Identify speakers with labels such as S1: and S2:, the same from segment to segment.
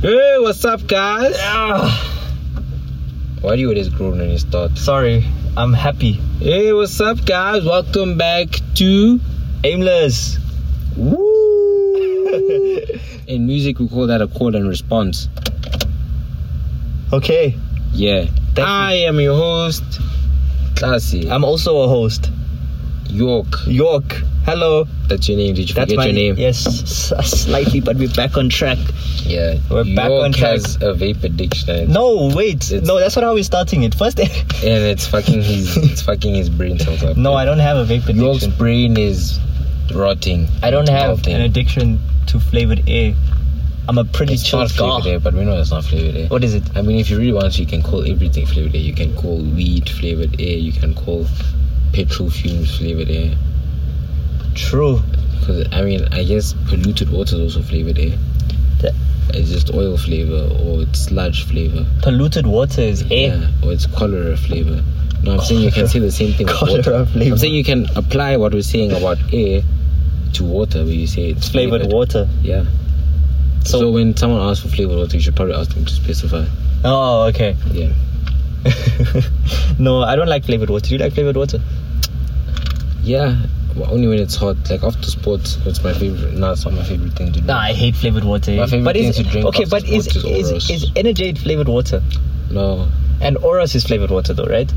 S1: Hey, what's up, guys?
S2: Ah,
S1: Why do you always groan when you start?
S2: sorry, I'm happy.
S1: Hey, what's up, guys? Welcome back to.
S2: Aimless.
S1: Woo! In music, we call that a call and response.
S2: okay,
S1: Yeah.
S2: Thank
S1: I am your host, Classy
S2: I'm also a host.
S1: York.
S2: York. Hello.
S1: That's your name. Did you
S2: That's
S1: forget
S2: my
S1: your name?
S2: Yes, s- slightly, but we're back on track.
S1: Yeah.
S2: We're back
S1: York
S2: on track.
S1: has a vape addiction,
S2: No, wait.
S1: It's-
S2: no, that's not how we're starting it. First,
S1: and it's fucking his. it's fucking his brain cells up.
S2: no, I don't have a vape addiction.
S1: York's brain is rotting.
S2: I don't have
S1: Melting.
S2: an addiction to flavored air. I'm a pretty
S1: It's
S2: chill
S1: not flavored
S2: guy.
S1: air, but we know it's not flavored air.
S2: What is it?
S1: I mean, if you really want to, you can call everything flavored air. You can call weed flavored air. You can call petrol fumes flavored air.
S2: True.
S1: Because I mean, I guess polluted water is also flavored air.
S2: Th-
S1: It's just oil flavor or it's sludge flavor.
S2: Polluted water is air.
S1: Yeah, or it's cholera flavor. No, I'm saying you can say the same thing with
S2: Cholera
S1: water.
S2: flavor.
S1: I'm saying you can apply what we're saying about air to water, where you say it's
S2: Flavored water.
S1: Yeah.
S2: So-
S1: So, when someone asks for flavored water, you should probably ask them to specify.
S2: Oh, okay.
S1: Yeah.
S2: no, I don't like flavored water. Do you like flavored water?
S1: Yeah, well, only when it's hot. Like after sports, it's my favorite. No, it's not my favorite thing to do.
S2: Nah, I hate flavored water.
S1: My favorite
S2: but is,
S1: thing to drink
S2: okay,
S1: after
S2: but is,
S1: sports is
S2: is,
S1: Oros.
S2: is Energade flavored water?
S1: No,
S2: And Oros is flavored water though, right?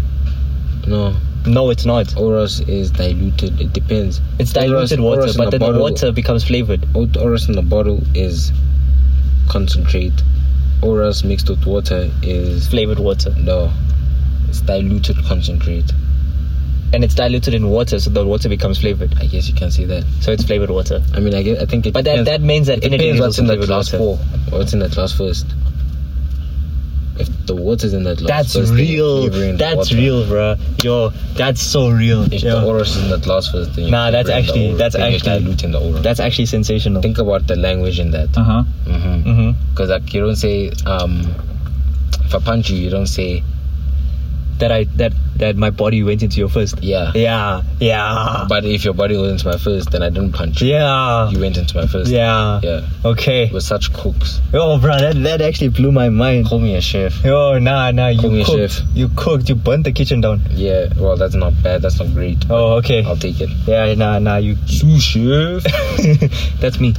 S1: no.
S2: No, it's not.
S1: Oros is diluted. It depends.
S2: It's diluted
S1: Oros-
S2: water,
S1: Oros in
S2: but
S1: a
S2: then the
S1: bottle-
S2: water becomes flavored.
S1: O- Oros in a bottle is concentrate. Oros mixed with water is
S2: Flavored water.
S1: no. It's diluted concentrate.
S2: And it's diluted in water, so the water becomes flavored.
S1: I guess you can say that.
S2: So it's flavored water.
S1: I mean, I guess I think it.
S2: But that,
S1: depends-
S2: that means that
S1: it depends
S2: energy
S1: what's
S2: is
S1: in the
S2: flavored
S1: glass
S2: water.
S1: for. What's in the glass first? If the water's in that glass,
S2: That's
S1: first, then you're
S2: real.
S1: flavoring the
S2: That's
S1: water.
S2: real, bruh. Yo, that's so real.
S1: If
S2: Yo,
S1: the Oros is in the glass first, then you're
S2: Nah, that's
S1: flavoring the
S2: actually-
S1: Oros,
S2: that's
S1: then
S2: actually-
S1: you're diluting the Oros.
S2: that's actually sensational.
S1: think about the language in that
S2: Uh huh.
S1: because
S2: hmm
S1: like you don't say um if i punch you you don't say
S2: That I that that my body went into your first.
S1: yeah
S2: Yeah. Yeah.
S1: but if your body goes into my first then i didn't punch you
S2: Yeah.
S1: you went into my first
S2: Yeah.
S1: yeah
S2: Okay.
S1: we're such cooks
S2: Yo, bro, that, that actually blew my mind.
S1: call me a chef
S2: Yo, Oh, nah, nah, you
S1: Call me a
S2: cooked.
S1: chef.
S2: You cooked. You burnt the kitchen down.
S1: yeah well that's not bad that's not great
S2: Oh, okay.
S1: i'll take it
S2: Yeah, nah, nah, you.
S1: sous chef
S2: That's me.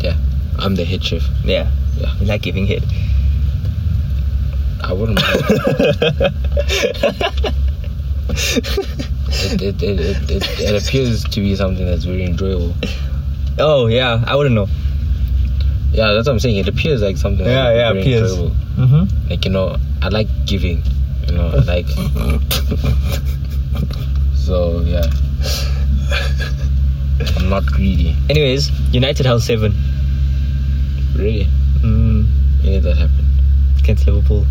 S1: yeah i'm the head chef
S2: Yeah.
S1: Yeah.
S2: You like giving head.
S1: i wouldn't mind. it, it, it, it, it, it appears to be something that's very enjoyable
S2: oh yeah, I wouldn't know.
S1: yeah that's what i'm saying it appears like something that
S2: Yeah,
S1: would be very
S2: yeah, appears.
S1: enjoyable.
S2: Mm-hmm.
S1: like you know i like giving you know I like so yeah i'm not greedy
S2: Anyways, United Health Seven.
S1: really
S2: Mm,
S1: when did that happen
S2: against Liverpool.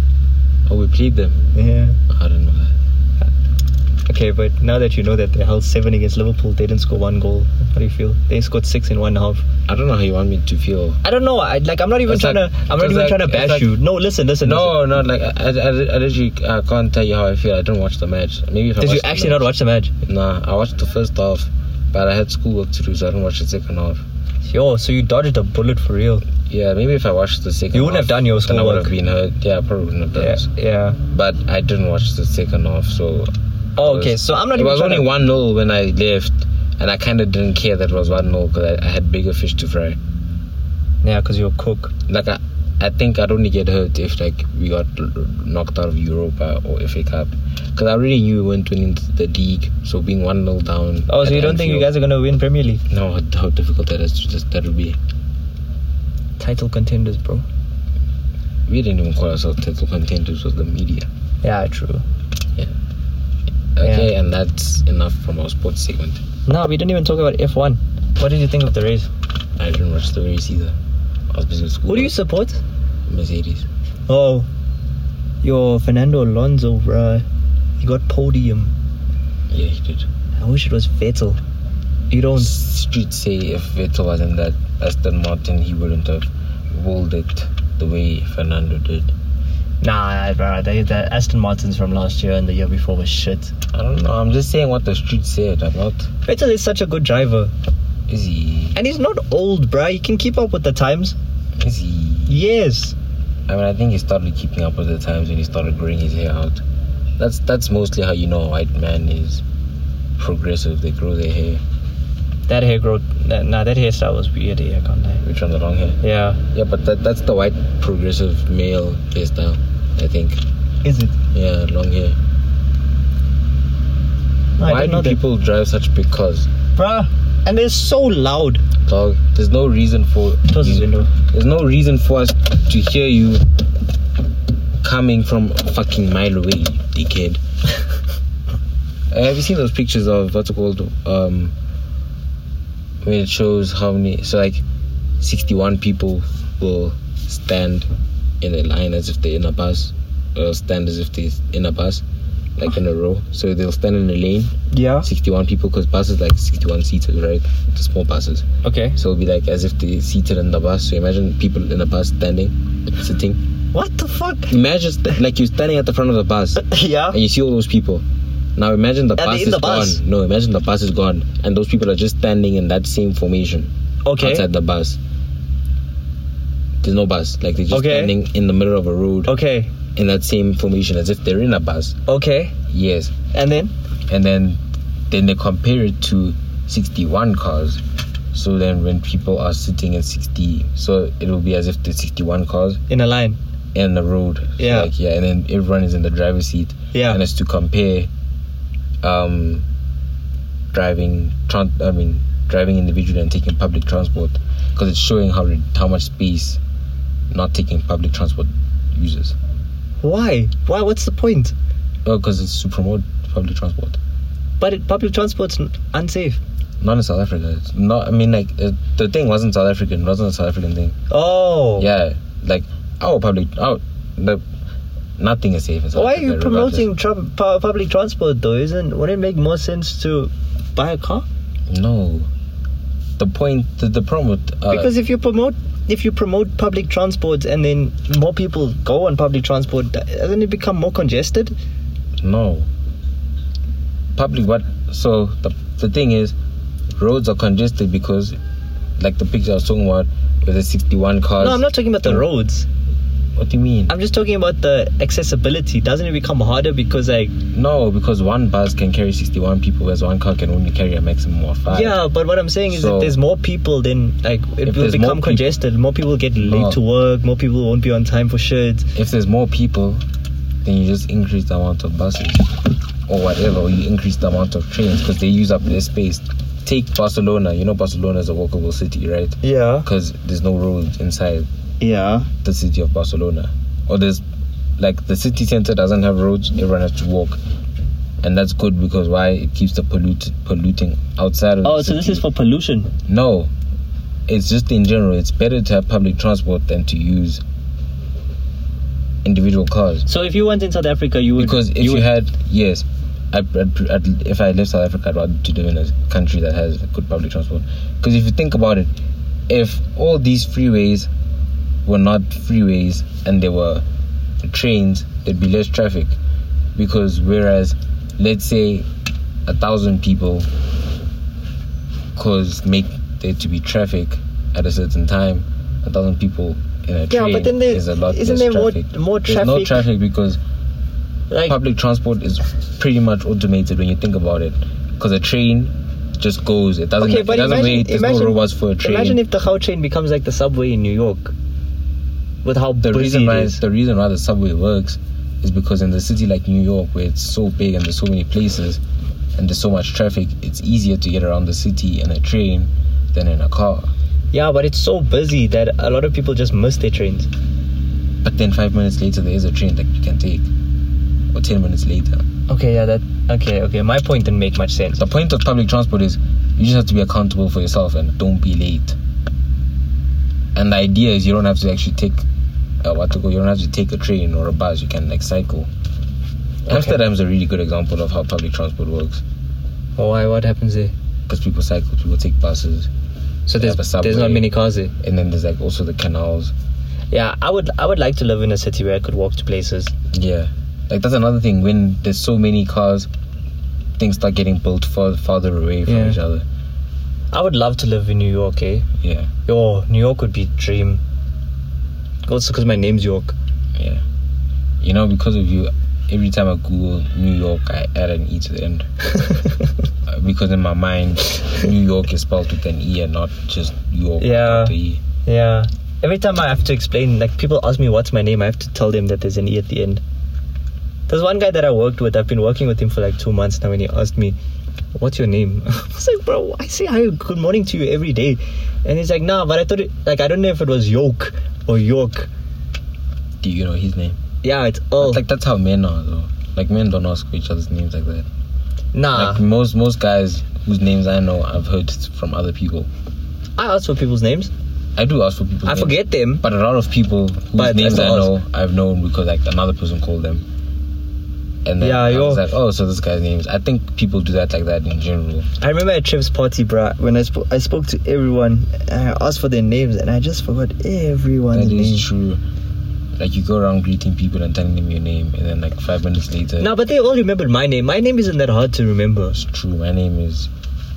S1: oh we played them
S2: Yeah.
S1: i don't know that
S2: Okay, but now that you know that they held seven against Liverpool, they didn't score one goal. How do you feel? They scored six in one half.
S1: i don't know how you want me to feel
S2: I don't know. I like. I'm not even
S1: It's
S2: trying
S1: like-
S2: to. I'm not
S1: it's
S2: even
S1: like-
S2: trying to
S1: it's
S2: bash
S1: like-
S2: you. No, listen, listen.
S1: no no like i i, I, I literally I can't tell you how i feel i didn't watch the match maybe if
S2: Listen.
S1: i
S2: Did you actually not watch the match?
S1: watch nah i watched the first half but i had schoolwork to do so i didn't watch the second half
S2: Yo, so you dodged a bullet for real.
S1: yeah maybe if i watched the second
S2: You wouldn't have
S1: half,
S2: done your
S1: then i would have
S2: schoolwork.
S1: been hurt yeah i probably wouldn't have done
S2: Yeah.
S1: it.
S2: Yeah.
S1: but I didn't watch the second half, so. I
S2: Oh,
S1: was-
S2: okay, so I'm not
S1: It
S2: even
S1: was
S2: trying
S1: only
S2: to-
S1: one 0 when I left, and I kind of didn't care that it was one 0 because I, I had bigger fish to fry.
S2: Yeah, because you're a cook.
S1: Like I, I think I'd only get hurt if like we got l- l- knocked out of Europa or FA Cup, because I already knew we weren't winning the league. So being one 0 down.
S2: Oh, so
S1: at
S2: you don't think you
S1: Anfield-
S2: guys are gonna win Premier League?
S1: No, how difficult that is. Just that would be.
S2: Title contenders, bro.
S1: We didn't even call ourselves title contenders with the media.
S2: Yeah, true.
S1: Okay, and that's enough from our sports segment.
S2: No, we didn't even talk about F1. What did you think of the race?
S1: I didn't watch the race either. I was busy with school.
S2: Who do you support?
S1: Mercedes.
S2: Oh, your Fernando Alonso, bro. He got podium.
S1: Yeah, he did.
S2: I wish it was Vettel. You don't.
S1: Street say if Vettel wasn't that Aston Martin, he wouldn't have rolled it the way Fernando did.
S2: Nah, bro. They, the Aston Martins from last year and the year before was shit.
S1: I don't know. I'm just saying what the street said. I'm not.
S2: Vettel is such a good driver,
S1: Is he?
S2: and he's not old, bro. He can keep up with the times.
S1: Is he?
S2: Yes.
S1: I mean, I think he started keeping up with the times when he started growing his hair out. That's that's mostly how you know a white man is progressive. They grow their hair.
S2: That hair growth. That, nah, that hairstyle was weird. Yeah, can't lie.
S1: Which one the long hair?
S2: Yeah.
S1: Yeah, but that, that's the white progressive male hairstyle, I think.
S2: Is it?
S1: Yeah, long hair.
S2: No, I
S1: Why
S2: didn't
S1: do
S2: know that.
S1: people drive such big cars?
S2: Bruh. And they're so loud.
S1: Dog, there's no reason for
S2: Close this window.
S1: there's no reason for us to hear you coming from a fucking mile away, dickhead. Uh, have you seen those pictures of what's it called? Um, where it shows how many, so like 61 people will stand in a line as if they're in a bus, or stand as if they're in a bus, like in a row. So they'll stand in a lane,
S2: Yeah.
S1: 61 people, because buses like 61 seaters, right? The small buses.
S2: Okay.
S1: So it'll be like as if they seated in the bus. So imagine people in a bus standing, sitting.
S2: What the fuck?
S1: Imagine st- like you're standing at the front of the bus
S2: yeah.
S1: and you see all those people. Now imagine the
S2: Are they
S1: bus
S2: in
S1: is
S2: the bus?
S1: gone. No, imagine the bus is gone and those people are just standing in that same formation
S2: Okay.
S1: outside the bus. There's no bus. Like they're just
S2: Okay.
S1: standing in the middle of a road
S2: Okay.
S1: in that same formation as if they're in a bus.
S2: Okay.
S1: Yes.
S2: And then?
S1: and then then they compare it to 61 cars so then when people are sitting in 60 so it will be as if there's 61 cars
S2: In a line.
S1: in the road So
S2: Yeah.
S1: like, yeah and then everyone is in the driver's seat
S2: Yeah.
S1: and it's to compare um driving tran- i mean driving individually and taking public transport because it's showing how re- how much space not taking public transport uses
S2: Why? Why? What's the point?
S1: oh because it's to promote public transport
S2: But it, public transport's n- unsafe.
S1: Not in South Africa. It's Not. I mean, like it, the thing wasn't South African. It wasn't a South African thing.
S2: Oh.
S1: Yeah, like our public. Our the nothing is safe in South
S2: Why are
S1: Africa.
S2: you
S1: regardless.
S2: promoting tru- pu- public transport though? Isn't would it make more sense to buy a car?
S1: No. The point. The, the promo. Uh,
S2: because if you promote if you promote public transport and then more people go on public transport, doesn't it become more congested?
S1: no. Public. What? So the the thing is, roads are congested because, like the picture I was talking about, with the sixty-one cars.
S2: No, I'm not talking about the
S1: Then-
S2: roads.
S1: What do you mean?
S2: I'm just talking about the accessibility. Doesn't it become harder because like
S1: no, because one bus can carry sixty-one people, whereas one car can only carry a maximum of five.
S2: yeah, but what I'm saying is
S1: So-
S2: if there's more people then like it
S1: If
S2: will
S1: there's more
S2: become
S1: peop-
S2: congested. More people get late
S1: Oh.
S2: to work, more people won't be on time for shit.
S1: if there's more people, then you just increase the amount of buses or whatever, or you increase the amount of trains because they use up their space. Take Barcelona, you know, Barcelona is a walkable city, right?
S2: Yeah.
S1: Because there's no roads inside
S2: Yeah.
S1: the city of Barcelona, or there's like the city center doesn't have roads, everyone has to walk. And that's good because why it keeps the polluted polluting outside of the
S2: Oh, so this
S1: city.
S2: is for pollution.
S1: No, it's just in general. It's better to have public transport than to use individual cars.
S2: So if you went in South Africa, you would
S1: because if you,
S2: would-
S1: had yes I, I'd, I'd, if I left South Africa, I'd rather to live in a country that has good public transport. Because if you think about it, if all these freeways were not freeways and there were trains, there'd be less traffic. Because whereas, let's say, a thousand people cause make there to be traffic at a certain time, a thousand people in a
S2: Yeah,
S1: train
S2: but then there-
S1: is a lot
S2: isn't
S1: less
S2: there more-
S1: traffic.
S2: more
S1: There's no
S2: traffic?
S1: traffic because
S2: like
S1: public transport is pretty much automated when you think about it because a train just goes it doesn't
S2: okay,
S1: it
S2: but
S1: doesn't
S2: imagine,
S1: wait there's
S2: imagine,
S1: no robots for a train
S2: Imagine if the Gautrain becomes like the subway in New York. With how
S1: the
S2: busy
S1: reason
S2: it
S1: why
S2: is.
S1: the reason why the subway works is because in the city like New York where it's so big and there's so many places and there's so much traffic it's easier to get around the city in a train than in a car
S2: Yeah, but it's so busy that a lot of people just miss their trains.
S1: but then 5 minutes later there is a train that you can take or 10 minutes later
S2: Okay, yeah, that okay, okay. My point didn't make much sense.
S1: the point of public transport is you just have to be accountable for yourself and don't be late. And the idea is you don't have to actually take uh, what to go. You don't have to take a train or a bus. You can like cycle. Amsterdam's a really good example of how public transport works
S2: Why? What happens there?
S1: because people cycle, people take buses,
S2: So
S1: They
S2: there's
S1: have a
S2: there's not
S1: subway.
S2: many cars there.
S1: and then there's like also the canals.
S2: Yeah, I would I would like to live in a city where I could walk to places.
S1: Yeah, like that's another thing. When there's so many cars, things start getting built far, farther away from
S2: Yeah.
S1: each other.
S2: I would love to live in New York, eh?
S1: Yeah,
S2: Yo, New York would be dream. Also, because my name's York.
S1: Yeah. You know, because of you, every time I Google New York, I add an E to the end. Uh, because in my mind, New York is spelled with an E and not just York.
S2: Yeah.
S1: without The e.
S2: yeah. Every time I have to explain, like people ask me what's my name, I have to tell them that there's an E at the end. There's one guy that I worked with. I've been working with him for like two months now, and he asked me, "What's your name?" I was like, "Bro, I say hi, good morning to you every day," and he's like, "Nah, but I thought it, like I don't know if it was York or York.
S1: Do you know his name?
S2: Yeah, it's all
S1: It's like that's how men are though. Like men don't ask each other's names like that.
S2: nah."
S1: Like most most guys whose names I know, I've heard from other people.
S2: I ask for people's names.
S1: I do ask for people.
S2: I forget them.
S1: But a lot of people whose
S2: But I
S1: names I
S2: still
S1: know, I've known because like another person called them. And then
S2: Yeah,
S1: I was
S2: yo.
S1: like, oh, so this guy's names. I think people do that like that in general.
S2: I remember at Trip's party, bruh, when I spoke, I spoke to everyone and I asked for their names, and I just forgot
S1: That
S2: everyone's
S1: is
S2: name.
S1: true. Like you go around greeting people and telling them your name, and then like five minutes later,
S2: No, but they all remembered my name. My name isn't that hard to remember.
S1: it's true. My name is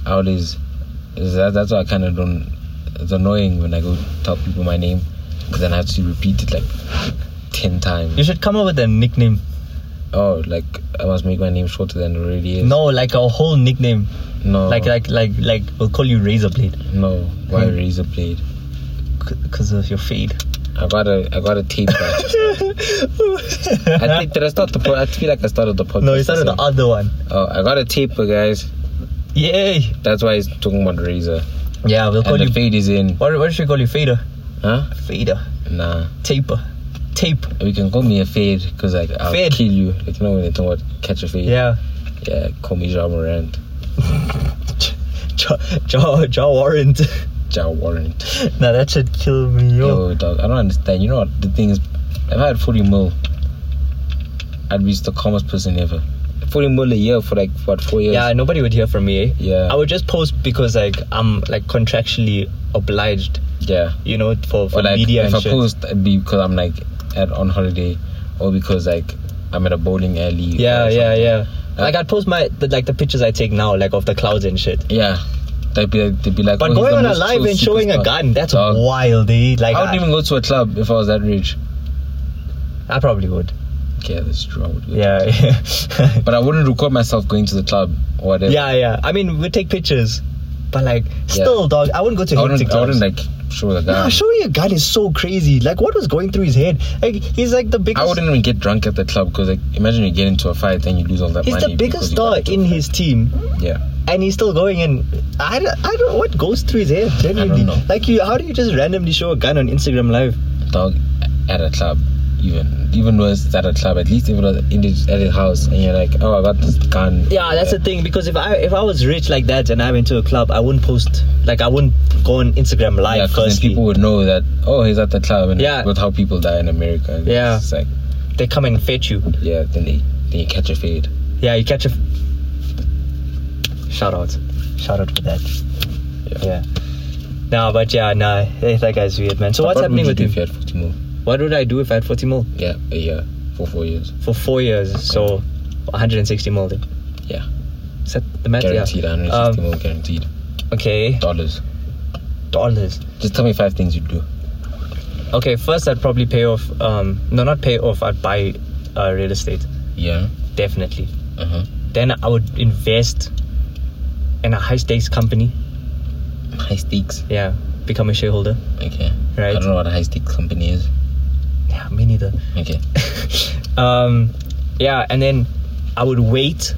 S1: out is. is that, that's why I kind of don't. It's annoying when I go tell people my name, because then I have to repeat it like ten
S2: You
S1: times.
S2: should come up with a nickname.
S1: Oh, like I must make my name shorter than it already is.
S2: No, like a whole nickname.
S1: no,
S2: Like, like, like, like, we'll call you Razor Blade
S1: no. Why
S2: Hmm.
S1: razor blade?
S2: because of your fade.
S1: I gotta, I gotta tape that. I think did I start the pod? I feel like I started the podcast.
S2: no, you started the other one.
S1: Oh, I got a taper, guys.
S2: Yay!
S1: That's why he's talking about razor.
S2: Yeah, we'll call
S1: and
S2: you.
S1: the fade is in.
S2: What, what should we call you? Fader.
S1: Huh?
S2: Fader.
S1: Nah.
S2: Taper. Tape.
S1: You can call me a fade, cause like I'll
S2: Fade.
S1: kill you. Like you know when they talk about catch a fade.
S2: Yeah.
S1: Yeah. Call me Ja Morant.
S2: Jaw, jaw, jaw warrant.
S1: Ja Warrant.
S2: nah, that should kill me. Yo.
S1: Yo, dog. I don't understand. You know what the thing is? If I had 40 mil, I'd be the calmest person ever. 40 mil a year for like what four years?
S2: Yeah, nobody would hear from me. eh?
S1: Yeah.
S2: I would just post because like I'm like contractually obliged,
S1: Yeah.
S2: you know, for, for
S1: Or like
S2: media
S1: if
S2: and
S1: I
S2: shit.
S1: post, it'd be because I'm like at on holiday, or because like I'm at a bowling alley.
S2: yeah,
S1: or
S2: yeah,
S1: something.
S2: yeah.
S1: Uh,
S2: Like I'd post my the, like the pictures I take now, like of the clouds and shit.
S1: Yeah. They'd be like, they'd be like
S2: But
S1: "Oh, he's
S2: going
S1: the
S2: on a
S1: most
S2: live
S1: chill
S2: and showing a
S1: superstar."
S2: gun, that's
S1: Dog,
S2: wild, eh? Like
S1: I
S2: I,
S1: wouldn't even go to a club if I was that rich.
S2: I probably would.
S1: Okay, that's true. I would go.
S2: Yeah, yeah,
S1: But I wouldn't record myself going to the club or whatever.
S2: yeah, yeah. I mean, we take pictures, but like still, dog, I wouldn't go to
S1: I
S2: hectic
S1: wouldn't, I
S2: clubs.
S1: wouldn't like show the
S2: Nah,
S1: gun.
S2: showing a gun is so crazy. Like, what was going through his head? Like, he's like the biggest.
S1: I wouldn't even get drunk at the club because like imagine you get into a fight and you lose all that
S2: He's
S1: money.
S2: the
S1: because
S2: biggest
S1: you got
S2: star
S1: into a
S2: in
S1: fight.
S2: his team,
S1: Yeah.
S2: and he's still going. And I don't, I don't what goes through his head. Genuinely,
S1: know.
S2: like you, how do you just randomly show a gun on Instagram Live?
S1: Dog at a club. Even even worse it's at a club. At least even in his, at his house and you're like, Oh I got this gun.
S2: Yeah, that's the thing. Because if I if I was rich like that and I went to a club, I wouldn't post. Like I wouldn't go on Instagram Live
S1: Yeah, because
S2: firstly.
S1: people would know that oh he's at the club and
S2: Yeah.
S1: with how people die in America. And
S2: Yeah.
S1: It's like
S2: They come and fetch you.
S1: yeah, then they then you catch a fade.
S2: Yeah, you catch a. F- Shout out, shout out for that. Yeah. Nah, but yeah, nah. Hey, that guy's weird, man. So
S1: But
S2: what's
S1: what
S2: happening
S1: would
S2: with
S1: you do
S2: him?
S1: if you had forty mil?
S2: What would I do if I had 40 mil
S1: Yeah, a year. For four years.
S2: for four years? So 160 mil. Then.
S1: Yeah.
S2: Is that the math?
S1: Guaranteed,
S2: yeah. Um,
S1: 160 mil guaranteed.
S2: Okay,
S1: Dollars.
S2: dollars.
S1: Just tell me five things you'd do.
S2: Okay, first I'd probably pay off. Um, no, not pay off. I'd buy uh, real estate,
S1: Yeah.
S2: definitely.
S1: Uh huh.
S2: Then I would invest in a high stakes company.
S1: High stakes.
S2: Yeah, become a shareholder.
S1: Okay.
S2: Right.
S1: I don't know what a high stakes company is.
S2: Yeah, me neither.
S1: Okay.
S2: um, yeah, and then I would wait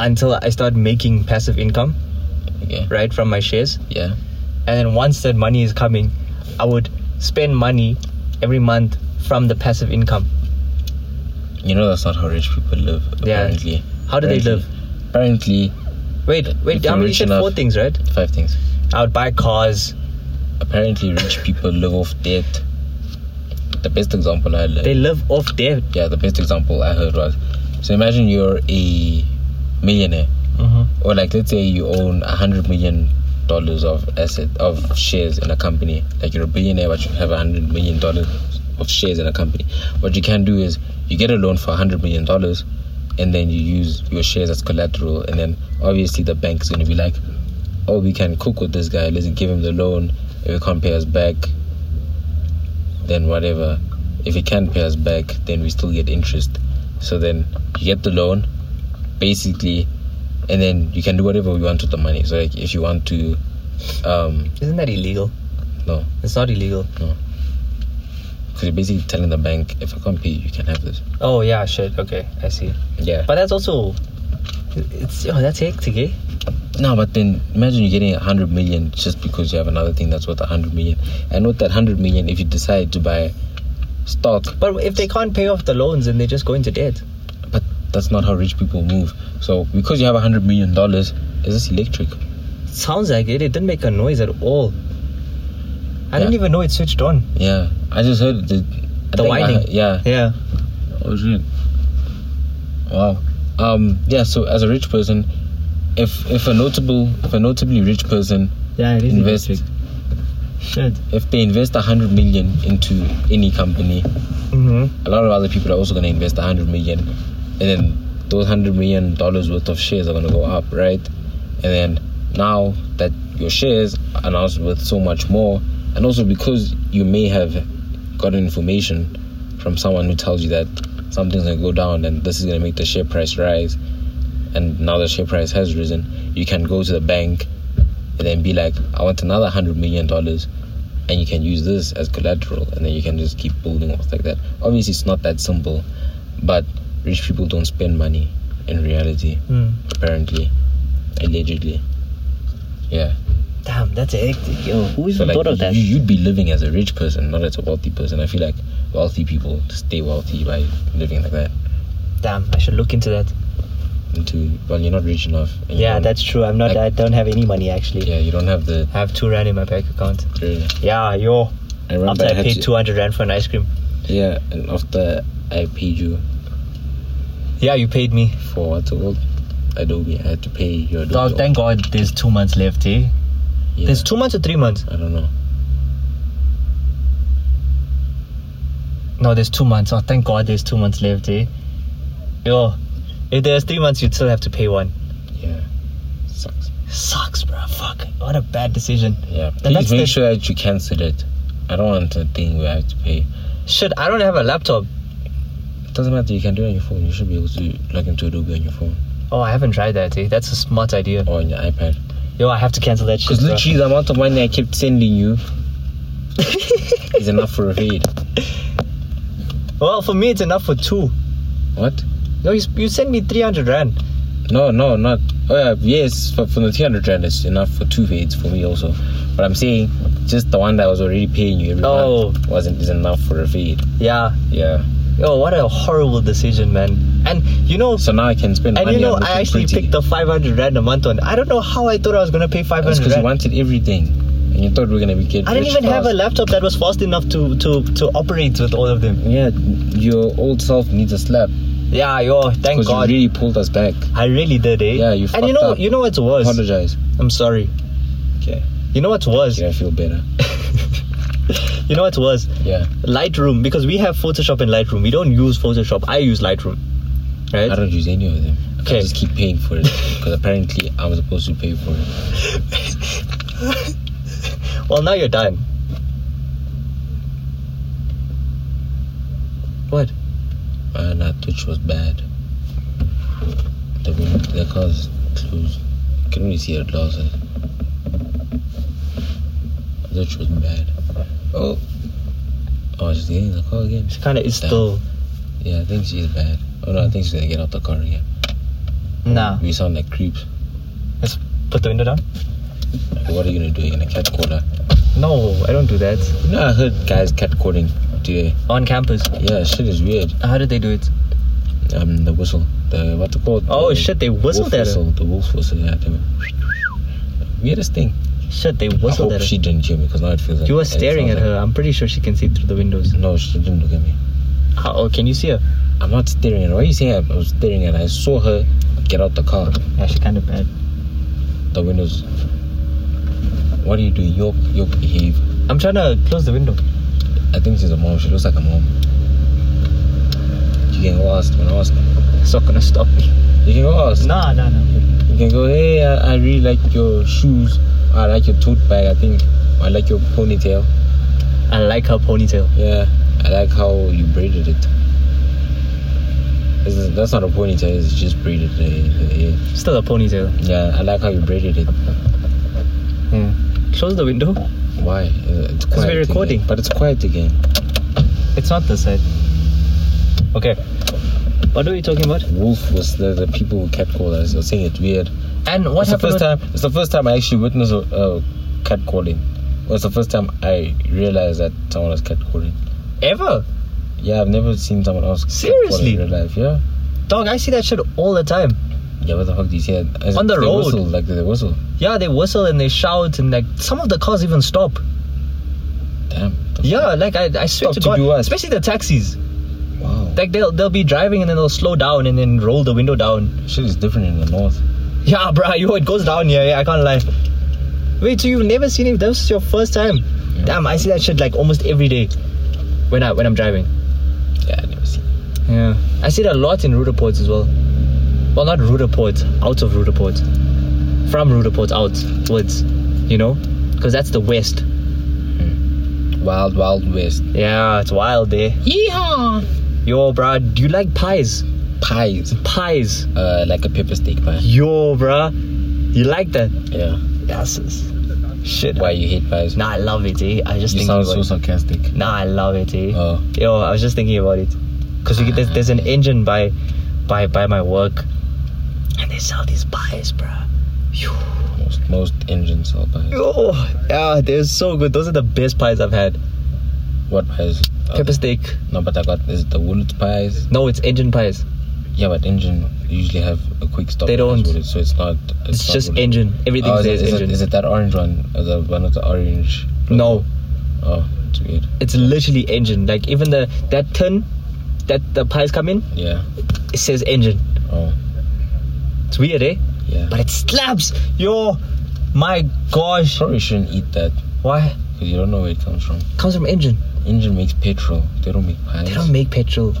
S2: until I start making passive income,
S1: Okay.
S2: right, from my shares.
S1: Yeah.
S2: and then once that money is coming i would spend money every month from the passive income
S1: You know that's not how rich people live.
S2: Yeah.
S1: Apparently.
S2: how do they
S1: Apparently-
S2: live
S1: Apparently,
S2: wait wait
S1: If you're
S2: how many you
S1: rich
S2: said
S1: enough-
S2: four things right
S1: five things.
S2: i would buy cars
S1: Apparently, rich people live off debt. The best example I learned.
S2: they live off debt
S1: yeah, the best example I heard was so imagine you're a millionaire,
S2: mm-hmm.
S1: or like let's say you own a hundred million dollars of asset of shares in a company. Like you're a billionaire, but you have a hundred million dollars of shares in a company. What you can do is you get a loan for a hundred million dollars, and then you use your shares as collateral, and then obviously the bank is going to be like, oh, we can cook with this guy. Let's give him the loan. If he can't pay us back, then whatever. If he can't pay us back, then we still get interest. So then you get the loan, basically, and then you can do whatever you want with the money. So like if you want to, um,
S2: Isn't that illegal?
S1: no,
S2: It's not illegal.
S1: because you're basically telling the bank, if I can't pay you, you can have this.
S2: Oh yeah, shit. Okay, I see.
S1: Yeah.
S2: But that's also, it's oh that's hectic, eh?
S1: No, but then imagine you're getting 100 million just because you have another thing that's worth 100 million. And with that 100 million, if you decide to buy stock,
S2: But if they can't pay off the loans and they just go into debt,
S1: but that's not how rich people move. So because you have 100 million dollars, is this electric?
S2: sounds like it. It didn't make a noise at all. I didn't
S1: Yeah.
S2: even know it switched on.
S1: Yeah, I just heard the I
S2: The
S1: think I
S2: whining.
S1: heard- yeah.
S2: Yeah.
S1: Oh shit. Wow. Um. Yeah. So as a rich person, if if a notable if a notably rich person
S2: Yeah, it
S1: Invest.
S2: Shit.
S1: if they invest 100 million into any company,
S2: hmm
S1: a lot of other people are also going to invest 100 million and then those 100 million dollars worth of shares are going to go up right and then now that your shares are now worth so much more and also because you may have gotten information from someone who tells you that something's going to go down and this is going to make the share price rise and now the share price has risen you can go to the bank and then be like i want another 100 million dollars and you can use this as collateral and then you can just keep building off like that obviously it's not that simple but rich people don't spend money in reality
S2: Mm.
S1: apparently allegedly yeah
S2: Damn, that's hectic, yo. Who even
S1: so like
S2: thought of that?
S1: You, you'd be living as a rich person not as a wealthy person i feel like wealthy people stay wealthy by living like that
S2: Damn, I should look into that.
S1: into well you're not rich enough and you
S2: Yeah,
S1: don't-
S2: that's true. I'm not. I
S1: like-
S2: don't have any money actually.
S1: yeah you don't have the
S2: I have two rand in my bank account. Yeah, yo.
S1: I remember
S2: After I
S1: had
S2: paid
S1: to-
S2: two hundred rand for an ice cream.
S1: yeah and after i paid you
S2: Yeah, you paid me.
S1: for what's it called adobe i had to pay your adobe
S2: Dog, thank God. There's two months left, eh?
S1: yeah,
S2: There's two months or three months?
S1: i don't know
S2: No, there's two months. Oh, thank God. There's two months left, eh? Yo, if there's three months, you'd still have to pay one.
S1: Yeah. Sucks.
S2: Sucks, bro. Fuck. What a bad decision.
S1: Yeah.
S2: And that's
S1: Please make
S2: the-
S1: sure that you cancel it. I don't want a thing where I have to pay.
S2: Shit, I don't have a laptop.
S1: It doesn't matter, you can do it on your phone. You should be able to log into Adobe on your phone
S2: Oh, I haven't tried that, eh? That's a smart idea.
S1: or on your iPad.
S2: Yo, I have to cancel that shit.
S1: Because
S2: bro.
S1: literally the amount of money I kept sending you is enough for a raid.
S2: Well, for me, it's enough for two.
S1: What?
S2: No, you, you sent me 300 rand.
S1: No, no, not. Oh, yeah, yes, for, for the 300 rand, it's enough for two raids for me also. But I'm saying just the one that I was already paying you every
S2: Oh.
S1: month wasn't is enough for a raid.
S2: Yeah.
S1: Yeah.
S2: Yo, what a horrible decision, man. And you know,
S1: So now I can spend
S2: and
S1: money
S2: you know,
S1: on looking
S2: I actually
S1: pretty.
S2: picked the 500 rand a month on. I don't know how I thought I was gonna pay
S1: That's
S2: 500
S1: because you
S2: rand.
S1: wanted everything, and you thought we are gonna be getting.
S2: I didn't even have a laptop that was fast enough to to to operate with all of them.
S1: Yeah, your old self needs a slap
S2: Yeah, yo, thank
S1: because you
S2: God.
S1: really pulled us back.
S2: I really did, eh?
S1: Yeah, you
S2: And you
S1: fucked
S2: know,
S1: up.
S2: you know what's worse?
S1: Apologize.
S2: I'm sorry.
S1: Okay.
S2: You know what's worse?
S1: Yeah, I feel better.
S2: You know what's worse?
S1: Yeah,
S2: Lightroom, because we have Photoshop and Lightroom. We don't use Photoshop. I use Lightroom, right?
S1: I don't use any of them.
S2: Eh? Okay.
S1: I just keep paying for it because apparently I'm supposed to pay for it.
S2: Well, now you're done. What?
S1: And that which was bad. The wind, the car's closed. Can only see her glasses. Which was bad. Oh, oh, she's getting in the car again.
S2: She kind of is
S1: Damn.
S2: still.
S1: Yeah, I think she's bad. Oh no, I think she's gonna get out the car again.
S2: Nah.
S1: We sound like creeps.
S2: Let's put the window down.
S1: Like, what are you gonna do? You're gonna catcall her?
S2: No, I don't do that.
S1: You know, I heard guys catcalling today.
S2: On campus.
S1: Yeah, shit is weird.
S2: How did they do it?
S1: Um, the whistle, the what's it called?
S2: Oh
S1: The
S2: shit, they whistled
S1: wolf
S2: at her.
S1: whistle, The wolf whistle. Yeah, they were. Weirdest thing.
S2: Shit, they
S1: I hope
S2: whistled at her.
S1: she didn't hear me because now it feels like
S2: You were
S1: it
S2: staring at
S1: sounds
S2: her. I'm pretty sure she can see through the windows.
S1: like- no, she didn't look at me.
S2: How, oh, can you see her?
S1: I'm not staring at her. Why are you saying I was staring at her? I saw her get out the car.
S2: Yeah, she kind of bad.
S1: The windows. What are you doing? York, York, behave.
S2: I'm trying to close the window.
S1: I think she's a mom. She looks like a mom. You can go ask. You can ask.
S2: It's not gonna stop me.
S1: You can go ask.
S2: Nah, nah, nah.
S1: You can go. Hey, I, I really like your shoes. I like your tote bag. I think I like your ponytail.
S2: I like her ponytail.
S1: Yeah, I like how you braided it. This is, that's not a ponytail, it's just braided. uh, uh, uh,
S2: Still a ponytail.
S1: Yeah, I like how you braided it.
S2: Yeah.
S1: Hmm.
S2: Close the window.
S1: Why? Uh, It's quiet. again.
S2: recording.
S1: But it's quiet again.
S2: It's not this side. Okay. What are we talking about?
S1: Wolf was the, the people who catcalled us. I was saying it's weird.
S2: And what
S1: it's the
S2: happened?
S1: first time. It's the first time I actually witnessed a uh, catcalling. Well, it's the first time I realized that someone was catcalling.
S2: with- ever?
S1: Yeah, I've never seen someone else catcalling
S2: Seriously?
S1: in real life. Yeah.
S2: Dog, I see that shit all the time.
S1: Yeah, what the fuck do you see? that? As
S2: On
S1: if
S2: the
S1: they
S2: road.
S1: Whistle, like they whistle.
S2: Yeah, they whistle and they shout and like some of the cars even stop.
S1: Damn. the
S2: Yeah, like I, I swear
S1: Stop
S2: to
S1: to
S2: God,
S1: do what?
S2: especially the taxis.
S1: fuck- Wow.
S2: Like they'll they'll be driving and then they'll slow down and then roll the window down.
S1: Shit is different in the north.
S2: Yeah, bruh, yo, it goes down here. Yeah, I can't lie. Wait, so you've never seen it? That was your first time.
S1: Yeah.
S2: Damn, I see that shit like almost every day when I when I'm driving.
S1: Yeah, I never seen.
S2: Yeah. I see it a lot in Ruderports as well. Well, not Ruderport, out of Ruderport. From Ruderport outwards, you know? Because that's the west.
S1: Wild Wild West.
S2: Yeah, it's wild there.
S1: Yeehaw!
S2: Yo, bruh, do you like pies?
S1: Pies.
S2: Pies.
S1: Uh, like a pepper steak pie.
S2: Yo, bruh. You like that?
S1: Yeah.
S2: Yes. Shit.
S1: Why you hate pies?
S2: Nah, I love it, eh? I was just
S1: You
S2: thinking
S1: sound
S2: about
S1: so
S2: it.
S1: sarcastic.
S2: Nah, I love it, eh?
S1: Oh.
S2: Yo, I was just thinking about it. Because there's, there's an engine by, by, by my work. And they sell these pies, bruh. Yo.
S1: Most, most engines sell pies.
S2: Yo, Oh, yeah, they're so good. Those are the best pies I've had.
S1: What pies? Uh,
S2: Pepper steak.
S1: No, but I got is it the Woolworths pies.
S2: No, it's engine pies.
S1: Yeah, but engine usually have a quick stop.
S2: They
S1: as
S2: don't.
S1: Woolworths, so it's not.
S2: It's,
S1: not
S2: just
S1: Woolworths.
S2: engine. Everything
S1: Oh, is,
S2: says
S1: it, is, it,
S2: engine.
S1: is it that orange one? Or the one with the orange?
S2: no,
S1: Oh, it's weird.
S2: it's literally engine. Like even the that tin that the pies come in,
S1: Yeah.
S2: it says engine.
S1: Oh,
S2: It's weird, eh?
S1: yeah.
S2: But it slaps. Yo, my gosh.
S1: Probably shouldn't eat that
S2: Why?
S1: because you don't know where it comes from.
S2: Comes from engine.
S1: Engine makes petrol. They don't make pies.
S2: They don't make petrol,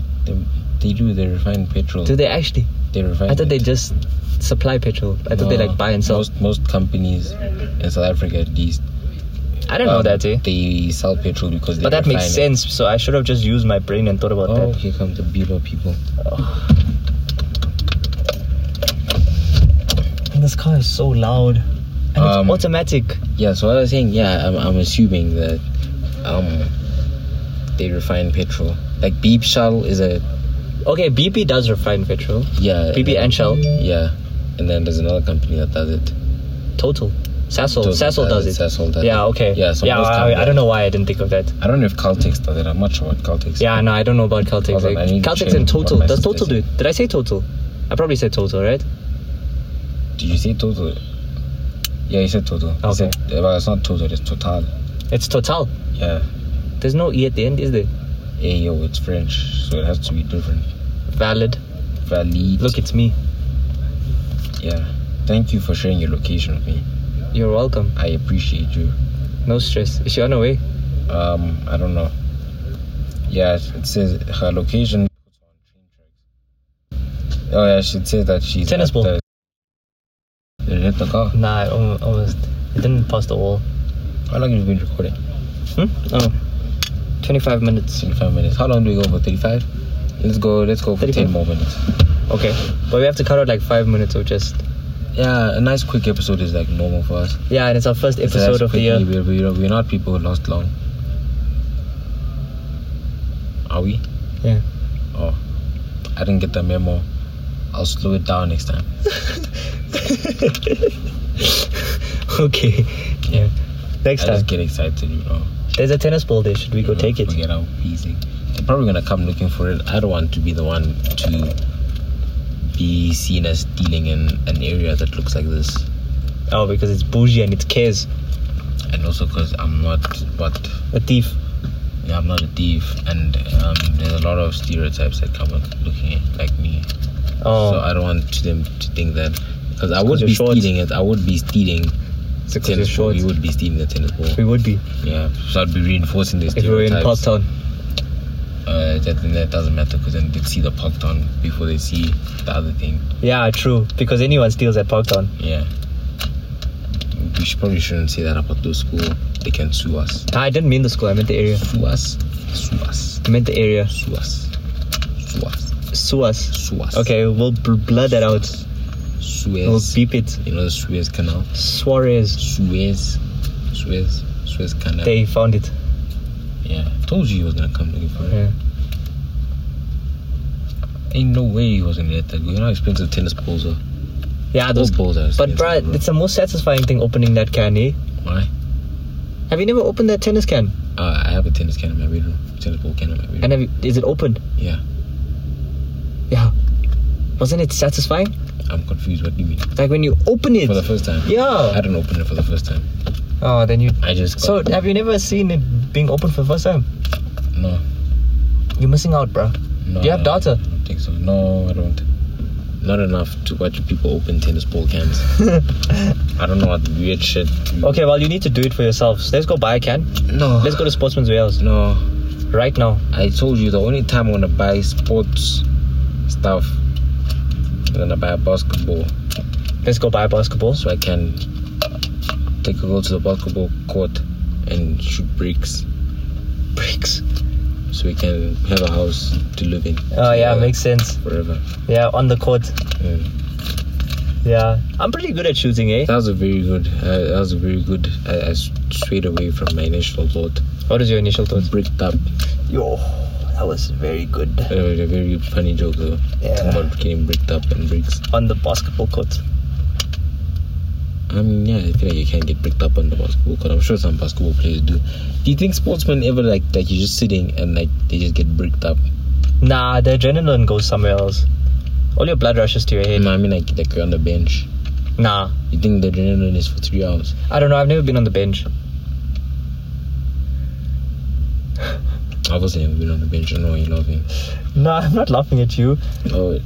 S1: They do. They refine petrol.
S2: do they? Actually,
S1: they refine.
S2: I thought they
S1: it.
S2: just supply petrol. I thought they
S1: No,
S2: like buy and sell.
S1: Most most companies in South Africa, at least,
S2: I don't know
S1: um,
S2: that, eh?
S1: They sell petrol because. They
S2: But that makes
S1: refine it.
S2: sense. So I should have just used my brain and thought about
S1: Oh,
S2: that.
S1: here come the Bieber people.
S2: And this car is so loud. And
S1: Um,
S2: it's automatic.
S1: Yeah, so what I was saying, yeah, I'm, I'm assuming that um they refine petrol. Like Beep Shell is a
S2: Okay, BP does refine petrol.
S1: yeah.
S2: BP and Shell.
S1: Yeah, and then there's another company that does it.
S2: Total. Sasol.
S1: Total Uh,
S2: Sasol does it.
S1: Sasol does
S2: yeah,
S1: it.
S2: okay.
S1: Yeah, so
S2: yeah
S1: most
S2: I,
S1: companies-
S2: I don't know why I didn't think of that.
S1: I don't know if Caltex does it. I'm not sure what Caltex.
S2: Yeah, no, I don't know about Caltex.
S1: Hold on, I
S2: Like,
S1: need to
S2: Caltex
S1: check
S2: and Total.
S1: what my
S2: Does
S1: sister
S2: Total do it? Did I say Total? I probably said Total, right?
S1: Do you say Total? Yeah, you said Total. You
S2: Okay.
S1: said- yeah, but it's not Total. It's Total.
S2: It's Total.
S1: Yeah.
S2: There's no E at the end, is there?
S1: Hey yo, it's French, so it has to be different.
S2: Valid.
S1: Valid.
S2: Look, it's me.
S1: Yeah. Thank you for sharing your location with me.
S2: You're welcome.
S1: I appreciate you.
S2: No stress. Is she on her way?
S1: Um, I don't know. Yeah, it says her location. Oh yeah, she says that she's
S2: Tennis
S1: at
S2: ball.
S1: The, did it hit the car?
S2: Nah, I almo- almost. It didn't pass the wall.
S1: How long have we been recording?
S2: Hmm? Oh. 25 minutes.
S1: Thirty-five minutes. How long do we go for? Thirty-five. Let's go. Let's go for
S2: 35.
S1: ten more minutes.
S2: Okay. But we have to cut out like five minutes or just.
S1: Yeah, a nice quick episode is like normal for us.
S2: Yeah, and it's our first
S1: It's a nice
S2: episode of the
S1: quick-
S2: year.
S1: We're, we're, we're not people who lost long. Are we?
S2: Yeah.
S1: Oh, I didn't get the memo. I'll slow it down next time.
S2: okay. Yeah. Next
S1: I
S2: time.
S1: just get excited, you know.
S2: There's a tennis ball there. Should we go
S1: Yeah,
S2: take it?
S1: Forget how easy. They're probably gonna come looking for it. I don't want to be the one to be seen as stealing in an area that looks like this,
S2: Oh, because it's bougie and it cares.
S1: and also because I'm not what
S2: A thief.
S1: yeah, I'm not a thief, and um, there's a lot of stereotypes that come with looking at- like me.
S2: Oh,
S1: So uh, I don't want to them to think that because I would
S2: you're
S1: be
S2: short.
S1: stealing it. I would be stealing
S2: it's
S1: the
S2: because you're
S1: tennis ball.
S2: short.
S1: We would be stealing the tennis ball.
S2: We would be
S1: Yeah, so I'd be reinforcing the
S2: if we were in
S1: stereotypes.
S2: Park Town.
S1: uh, that, then that doesn't matter because then they see the parked on before they see the other thing.
S2: Yeah, true. Because anyone steals at Park Town.
S1: Yeah. We should, probably shouldn't say that about those school. they can sue us.
S2: Ah, I didn't mean the school. I meant the area.
S1: Sue us. Sue us.
S2: I meant the area.
S1: Sue us. Sue us.
S2: Sue us.
S1: Sue us.
S2: Okay, we'll bl- blur that out. We'll
S1: Suez.
S2: beep it.
S1: You know the Suez Canal.
S2: Suarez.
S1: Suez. Suez. Suez Canal.
S2: They found it.
S1: yeah. Told you he was gonna come looking for it.
S2: Yeah.
S1: Ain't no way he was gonna let that go. You know how expensive tennis balls are.
S2: Yeah, Ah, those.
S1: balls are
S2: But
S1: expensive,
S2: bruh, it's the most satisfying thing opening that can, eh?
S1: Why?
S2: Have you never opened that tennis can?
S1: Uh, I have a tennis can in my bedroom. Tennis ball can in my bedroom.
S2: And have you, is it open?
S1: yeah.
S2: Yeah. Wasn't it satisfying?
S1: I'm confused. What do you mean?
S2: Like when you open it.
S1: For the first time. I
S2: yeah.
S1: didn't open it for the first time.
S2: Oh, then you.
S1: I just.
S2: So
S1: Got,
S2: have you never seen it being open for the first time?
S1: no.
S2: You're missing out, bruh.
S1: No,
S2: Do you have
S1: no,
S2: data?
S1: I don't think so. No, I don't. Not enough to watch people open tennis ball cans. I don't know what weird shit. you-
S2: Okay, well you need to do it for yourselves. Let's go buy a can.
S1: No.
S2: Let's go to Sportsman's Warehouse
S1: Oh. No.
S2: right now.
S1: I told you the only time I'm gonna buy sports stuff, I'm gonna buy a basketball
S2: Let's go buy basketballs.
S1: so I can take a girl to the basketball court and shoot bricks
S2: Bricks.
S1: so we can have a house to live in.
S2: Oh yeah,
S1: together
S2: makes sense.
S1: forever.
S2: Yeah, on the court.
S1: Mm.
S2: Yeah, I'm pretty good at shooting, eh?
S1: That was a very good. Uh, that was a very good. I, I strayed away from my initial thought.
S2: What is your initial thoughts?
S1: Bricked up.
S2: Yo, that was very good.
S1: It was a very funny joke though.
S2: Yeah.
S1: Someone getting bricked up and bricks.
S2: On the basketball court.
S1: I mean, yeah, I feel like you can get picked up on the basketball court. I'm sure some basketball players do. Do you think sportsmen ever like like you're just sitting and like they just get bricked up?
S2: Nah, the adrenaline goes somewhere else. All your blood rushes to your head.
S1: No, I mean like like you're on the bench.
S2: Nah,
S1: You think the adrenaline is for three hours?
S2: I don't know. I've never been on the bench.
S1: I've also never been on the bench. I know you're laughing.
S2: Nah, I'm not laughing at you.
S1: Oh,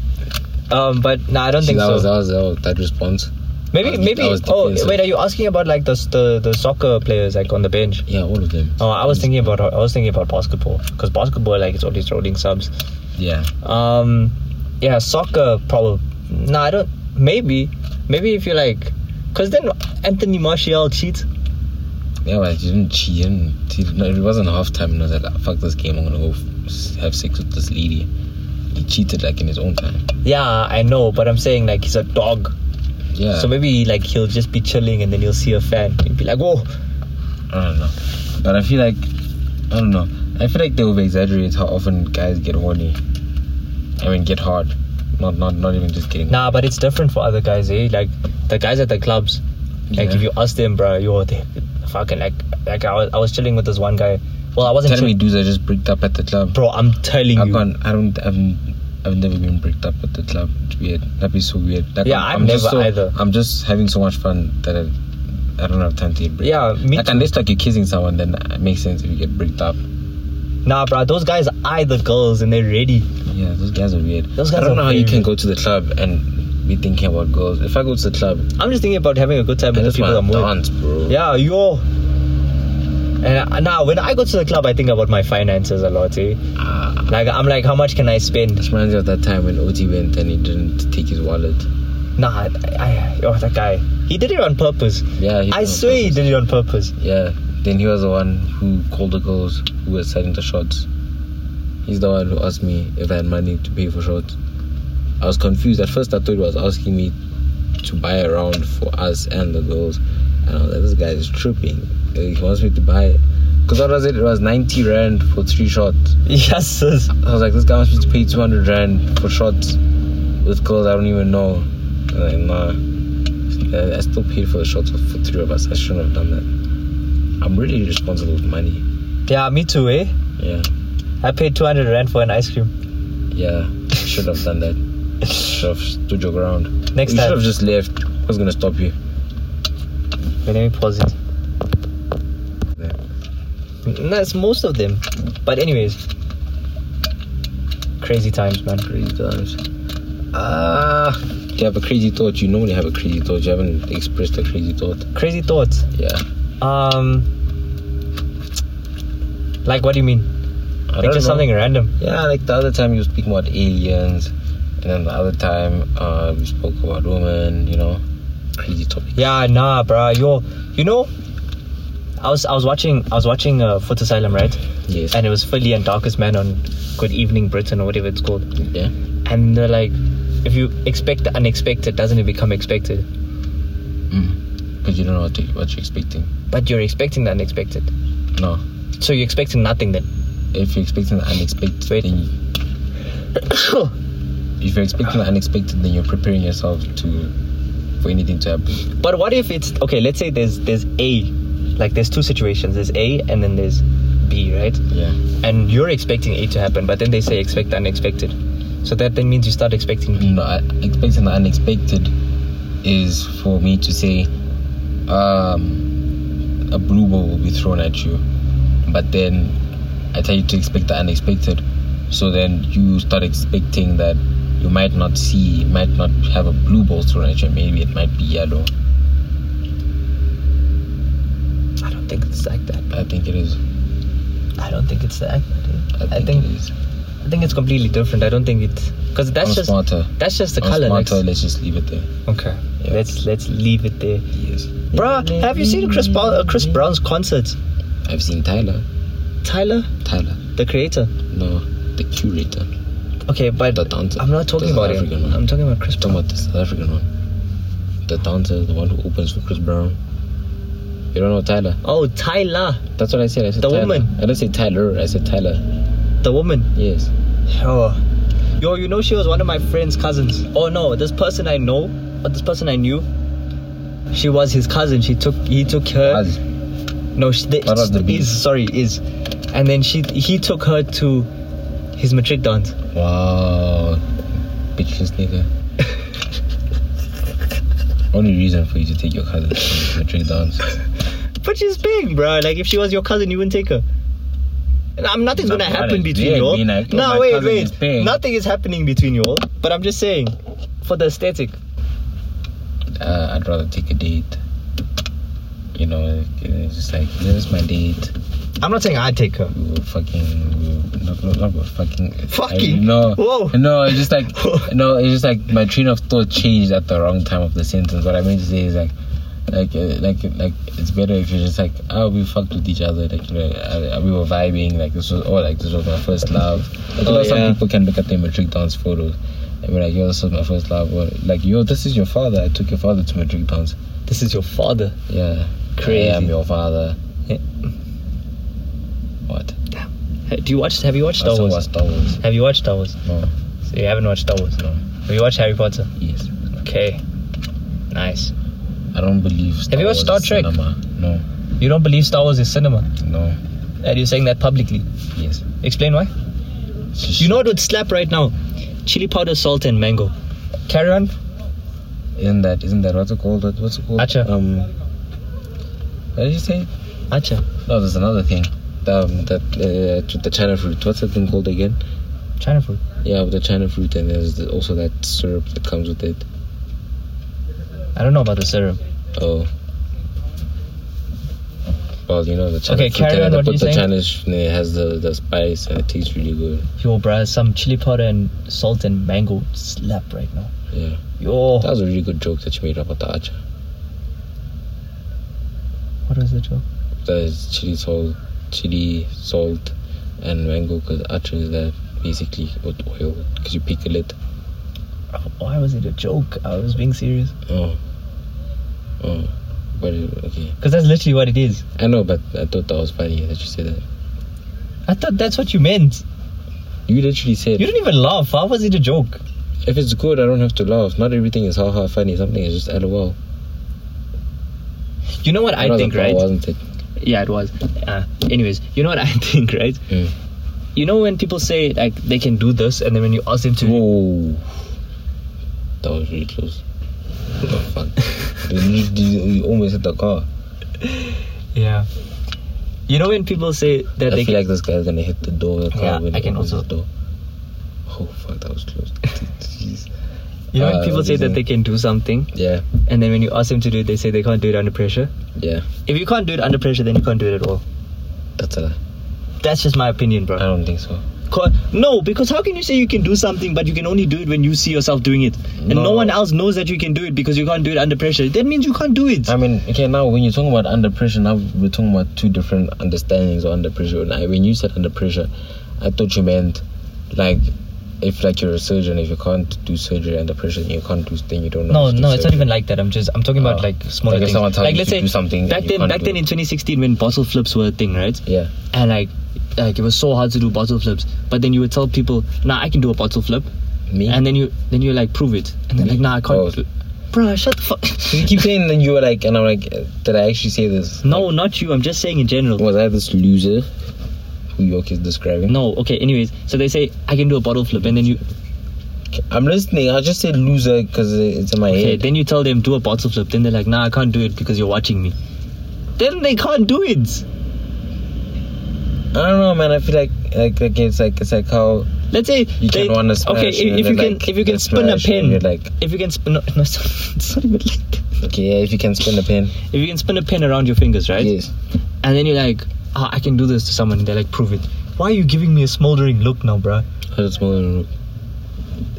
S2: Um, but nah, I don't
S1: see,
S2: think
S1: that,
S2: so.
S1: was, that was that was that response.
S2: Maybe,
S1: I was-
S2: maybe.
S1: I was
S2: Oh,
S1: defensive.
S2: wait. Are you asking about like the, the the soccer players like on the bench?
S1: Yeah, all of them.
S2: Oh, I was thinking about I was thinking about basketball because basketball like it's always rolling subs.
S1: Yeah,
S2: Um, yeah, soccer probably. No, I don't. Maybe, maybe if you like, cause then Anthony Martial cheats.
S1: yeah, but you didn't cheat. You didn't, you- no, it wasn't halftime, and I was like, fuck this game. I'm gonna go f- have sex with this lady. He cheated like in his own time.
S2: Yeah, I know, but I'm saying like he's a dog.
S1: Yeah.
S2: So maybe like he'll just be chilling and then he'll see a fan and be like, "Whoa,
S1: I don't know. But I feel like I don't know. I feel like they over exaggerate how often guys get horny. I mean get hard. Not not not even just getting
S2: nah." But it's different for other guys, eh? Like the guys at the clubs. Like
S1: Yeah.
S2: if you ask them, bro, yo, they fucking like like I was, I was chilling with this one guy. Well, I wasn't
S1: telling me
S2: chill-
S1: dudes are just bricked up at the club.
S2: bro. I'm telling
S1: I
S2: you.
S1: can't I don't I've I've never been bricked up at the club. It's weird. That'd be so weird. Like,
S2: Yeah,
S1: I'm,
S2: I've
S1: I'm just
S2: never
S1: so-
S2: either.
S1: I'm just having so much fun that I, I don't have time to get bricked.
S2: Yeah, me
S1: like
S2: too.
S1: unless like you're kissing someone, then it makes sense if you get bricked up.
S2: Nah, bro, those guys eye the girls and they're ready.
S1: Yeah, those guys are weird.
S2: Those guys
S1: I don't
S2: are
S1: know how you
S2: very
S1: can go to the club and be thinking about girls. If I go to the club,
S2: I'm just thinking about having a good time
S1: I
S2: with the
S1: just
S2: people I'm
S1: want to dance,
S2: with.
S1: bro.
S2: Yeah, yo. And I- now, when I go to the club, I think about my finances a lot. Eh?
S1: Ah,
S2: Like, I'm like, how much can I spend?
S1: this reminds me of that time when Oti went and he didn't take his wallet.
S2: Nah, I, I, oh, that guy. He did it on purpose.
S1: Yeah, he did
S2: I
S1: on
S2: swear he
S1: purpose.
S2: did it on purpose.
S1: Yeah, then he was the one who called the girls who were selling the shots. He's the one who asked me if I had money to pay for shots. I was confused. At first, I thought he was asking me to buy a round for us and the girls. And I was like, this guy is tripping. He wants me to buy. Because what was it? It was 90 Rand for three shots.
S2: Yes, sis.
S1: I was like, this guy wants me to pay 200 rand for shots with girls I don't even know. And like, nah. Uh, I- I still paid for the shots for three of us. I shouldn't have done that. I'm really responsible with money.
S2: Yeah, me too, eh?
S1: Yeah,
S2: I paid 200 Rand for an ice cream.
S1: yeah. I should have done that. Should have stood your ground.
S2: Next
S1: you
S2: time.
S1: should have just left. I was gonna stop you.
S2: Wait, let me pause it.
S1: Yeah.
S2: N- That's most of them. But, anyways. Crazy times, man.
S1: Crazy times. Ah. do you have a crazy thought? You normally have a crazy thought. You haven't expressed a crazy thought.
S2: Crazy thoughts.
S1: Yeah.
S2: Um. Like, what do you mean?
S1: I
S2: Like,
S1: don't
S2: just
S1: know.
S2: something random.
S1: Yeah, like the other time you were speaking about aliens, and then the other time uh, we spoke about women, you know, crazy topic.
S2: Yeah, nah, bruh. Yo, you know, I was I was watching I was watching uh, Foot Asylum, right?
S1: Yes.
S2: And it was Philly and Darkest Man on Good Evening Britain or whatever it's called.
S1: yeah.
S2: And they're like, if you expect the unexpected, doesn't it become expected?
S1: Because you don't know what, to, what you're expecting.
S2: But you're expecting the unexpected,
S1: No.
S2: so you're expecting nothing then.
S1: If you're expecting the unexpected,
S2: Wait.
S1: then you, if you're expecting the unexpected, then you're preparing yourself to for anything to happen.
S2: But what if it's okay? Let's say there's there's A, like there's two situations. There's A and then there's B, right?
S1: Yeah.
S2: And you're expecting A to happen, but then they say expect the unexpected. So that then means you start expecting B.
S1: No, I- uh, expecting the unexpected is for me to say, um, a blue ball will be thrown at you, but then I tell you to expect the unexpected. So then you start expecting that you might not see, might not have a blue ball thrown at you. Maybe it might be yellow.
S2: I don't think it's like that.
S1: I think it is.
S2: I don't think it's
S1: I
S2: that.
S1: think,
S2: I think
S1: it is.
S2: I think it's completely different. I don't think it because that's
S1: I'm
S2: just
S1: smarter.
S2: that's just the
S1: I'm
S2: color.
S1: smarter.
S2: Lex.
S1: Let's just leave it there.
S2: Okay,
S1: Yeah.
S2: let's let's leave it there,
S1: Yes.
S2: Bruh, Have you seen Chris Brown, uh, Chris Brown's concert?
S1: I've seen Tyler.
S2: Tyler,
S1: Tyler.
S2: the creator.
S1: No, the curator.
S2: Okay, but
S1: The dancer.
S2: I'm not talking
S1: The South
S2: about him.
S1: African one.
S2: I'm talking about Chris
S1: talking
S2: Brown.
S1: about the South African one. The dancer, the one who opens for Chris Brown. You don't know Tyler.
S2: Oh, Tyler,
S1: That's what I said. I said
S2: The
S1: Tyler.
S2: woman.
S1: I didn't say Tyler. I said Tyler.
S2: the woman.
S1: Yes.
S2: Oh, yo, you know she was one of my friend's cousins. Oh no, this person I know, or this person I knew. She was his cousin. She took he took her.
S1: As-
S2: No, she, the,
S1: What was the beat?
S2: is sorry is, and then she he took her to his matric dance.
S1: Wow. Bitchless nigga. Only reason for you to take your cousin to a trick dance.
S2: But she's big, bro. Like if she was your cousin, you wouldn't take her. And I'm, nothing's
S1: Not
S2: gonna
S1: what
S2: happen
S1: is
S2: between
S1: big,
S2: you all.
S1: mean, I thought
S2: No,
S1: my
S2: wait,
S1: cousin is
S2: wait.
S1: big.
S2: Nothing is happening between you all. But I'm just saying, for the aesthetic.
S1: Uh, I'd rather take a date. You know, it's just like, this is my date.
S2: I'm not saying I take her.
S1: we were fucking we were not, not, not we were fucking
S2: Fucking?
S1: I- no
S2: Whoa.
S1: no it's just like no it's just like my train of thought changed at the wrong time of the sentence what I meant to say is like like uh, like like it's better if you're just like oh we fucked with each other like you know uh, we were vibing like this was oh like this was my first love like you
S2: Oh,
S1: know some
S2: yeah.
S1: people can look at their matric dance photos and be like yo this was my first love or like yo this is your father I took your father to matric dance
S2: This is your father.
S1: yeah
S2: Crazy.
S1: I am your father
S2: Yeah.
S1: what
S2: Hey, Do you watch? Have you watched
S1: I
S2: Star
S1: still
S2: Wars?
S1: watch Star Wars
S2: Have you watched Star Wars?
S1: no
S2: So you haven't watched Star Wars.
S1: no
S2: Have you watched Harry Potter?
S1: yes
S2: Okay. Nice.
S1: I don't believe. Star
S2: Have you watched
S1: Wars is
S2: Star Trek?
S1: Cinema. No,
S2: You don't believe Star Wars is cinema,
S1: no.
S2: and you're saying that publicly.
S1: Yes.
S2: Explain why.
S1: It's just-
S2: You know what would slap right now? Chili powder, salt, and mango. Carry on.
S1: Isn't that isn't that what's it called? What, what's it called?
S2: Acha.
S1: Um. What did you say?
S2: Acha.
S1: No, there's another thing. The, um, that uh, ch- the China fruit. What's that thing called again?
S2: China food.
S1: Yeah, with the China fruit, and there's the, also that syrup that comes with it.
S2: I don't know about the syrup.
S1: Oh. Well, you know the China
S2: Okay,
S1: fruit.
S2: carry
S1: and
S2: on,
S1: they
S2: what
S1: put
S2: were you
S1: the
S2: saying?
S1: China sh- and it has the, the spice, and it tastes really good.
S2: Yo, bruh, some chili powder and salt and mango would slap right now.
S1: Yeah.
S2: Yo.
S1: That was a really good joke that you made about the acha.
S2: What was the joke?
S1: there's chili salt, chili salt, and mango because achar is that basically with oil because you pickle it.
S2: Why was it a joke? I was being serious.
S1: Oh, oh, but it- okay.
S2: Because that's literally what it is.
S1: I know, but I thought that was funny that you said that.
S2: I thought that's what you meant.
S1: You literally said
S2: You didn't even laugh. How was it a joke?
S1: if it's good, I don't have to laugh. Not everything is ha ha funny. Something is just lol.
S2: You know what I
S1: That was a
S2: think,
S1: ball,
S2: right?
S1: Wasn't it?
S2: Yeah, it was. Uh, anyways, you know what I think, right?
S1: Mm.
S2: You know when people say like they can do this, and then when you ask them to,
S1: Whoa, that was really close. What the fuck? you, you- you almost hit the car.
S2: yeah. You know when people say that
S1: I
S2: they
S1: feel
S2: can,
S1: like this guy's gonna hit the door. of the car
S2: Yeah,
S1: when
S2: I
S1: he
S2: can
S1: opens
S2: also-
S1: The door. Oh fuck, that was close. Jeez.
S2: you know when
S1: uh,
S2: people say that they can do something,
S1: Yeah,
S2: and then when you ask them to do it, they say they can't do it under pressure.
S1: yeah,
S2: If you can't do it under pressure, then you can't do it at all.
S1: that's a lie.
S2: That's just my opinion,
S1: I
S2: bro.
S1: don't think so.
S2: Co- no, because how can you say you can do something but you can only do it when you see yourself doing it, and no,
S1: No.
S2: one else knows that you can do it because you can't do it under pressure? That means you can't do it.
S1: I mean, okay, now when you're talking about under pressure, now we're talking about two different understandings of under pressure. Now, when you said under pressure, I thought you meant like if like you're a surgeon, if you can't do surgery under pressure, then you can't do then you don't know.
S2: No,
S1: how to do
S2: no, it's not
S1: surgery.
S2: even like that. I'm just I'm talking about
S1: Oh.
S2: like smaller
S1: Like if
S2: things.
S1: someone tells
S2: like
S1: you
S2: let's
S1: to
S2: say
S1: do something
S2: back
S1: and you
S2: then,
S1: can't
S2: back
S1: do
S2: then
S1: it.
S2: in 2016 when bottle flips were a thing, right?
S1: Yeah.
S2: And like, like it was so hard to do bottle flips. But then you would tell people, "Nah, I can do a bottle flip,"
S1: Me?
S2: and then you then you like prove it, and then like, "Nah, I can't."
S1: Oh.
S2: do Bruh, shut the fuck.
S1: you keep saying that you were like, and I'm like, did I actually say this?
S2: no, not you. I'm just saying in general.
S1: Was I this loser who York is describing?
S2: No, okay. Anyways, so they say I can do a bottle flip, and then you
S1: I'm listening. I just said loser because it's in my
S2: okay,
S1: head.
S2: then you tell them do a bottle flip. Then they're like, "Nah, I can't do it because you're watching me." Then they can't do it.
S1: I don't know, man. I feel like like, like it's like it's like how
S2: Let's say
S1: You
S2: they-
S1: can wanna smash
S2: okay,
S1: and
S2: if, if
S1: then,
S2: you can
S1: like,
S2: if you can
S1: that's
S2: spin a
S1: smash and
S2: pin,
S1: you're like-
S2: if you can spin no, no it's not- it's not even like that.
S1: okay, yeah, if you can spin a pen,
S2: if you can spin a pin around your fingers, right?
S1: yes.
S2: And then you're like, oh, I can do this to someone. They're like, prove it. Why are you giving me a smoldering look now, bruh?
S1: I just want to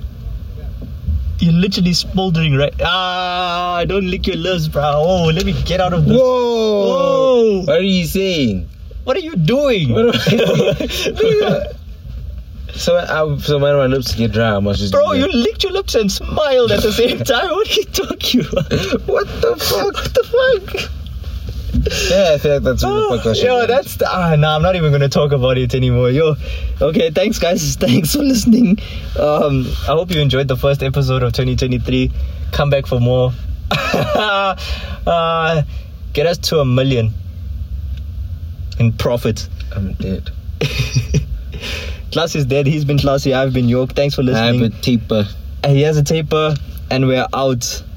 S2: You're literally smoldering, right? Ah, don't lick your lips, bruh. Oh, let me get out of this.
S1: Whoa!
S2: Whoa! Hmm.
S1: What are you saying?
S2: What are you doing?
S1: What So I, so when my lips get dry, I must just.
S2: Bro,
S1: do
S2: you
S1: that.
S2: licked your lips and smiled at the same time. What are you talking about?
S1: What the fuck?
S2: What the fuck?
S1: Yeah, I feel like that's what the fuck I should
S2: Oh, yo,
S1: do.
S2: that's the, ah, nah. I'm not even gonna talk about it anymore. Yo, okay, thanks guys. Thanks for listening. Um, I hope you enjoyed the first episode of 2023. Come back for more. uh, get us to a million in profit.
S1: I'm dead.
S2: Class is dead. He's been classy. I've been York. Thanks for
S1: I'm
S2: listening.
S1: a taper.
S2: And he has a taper, and we're out.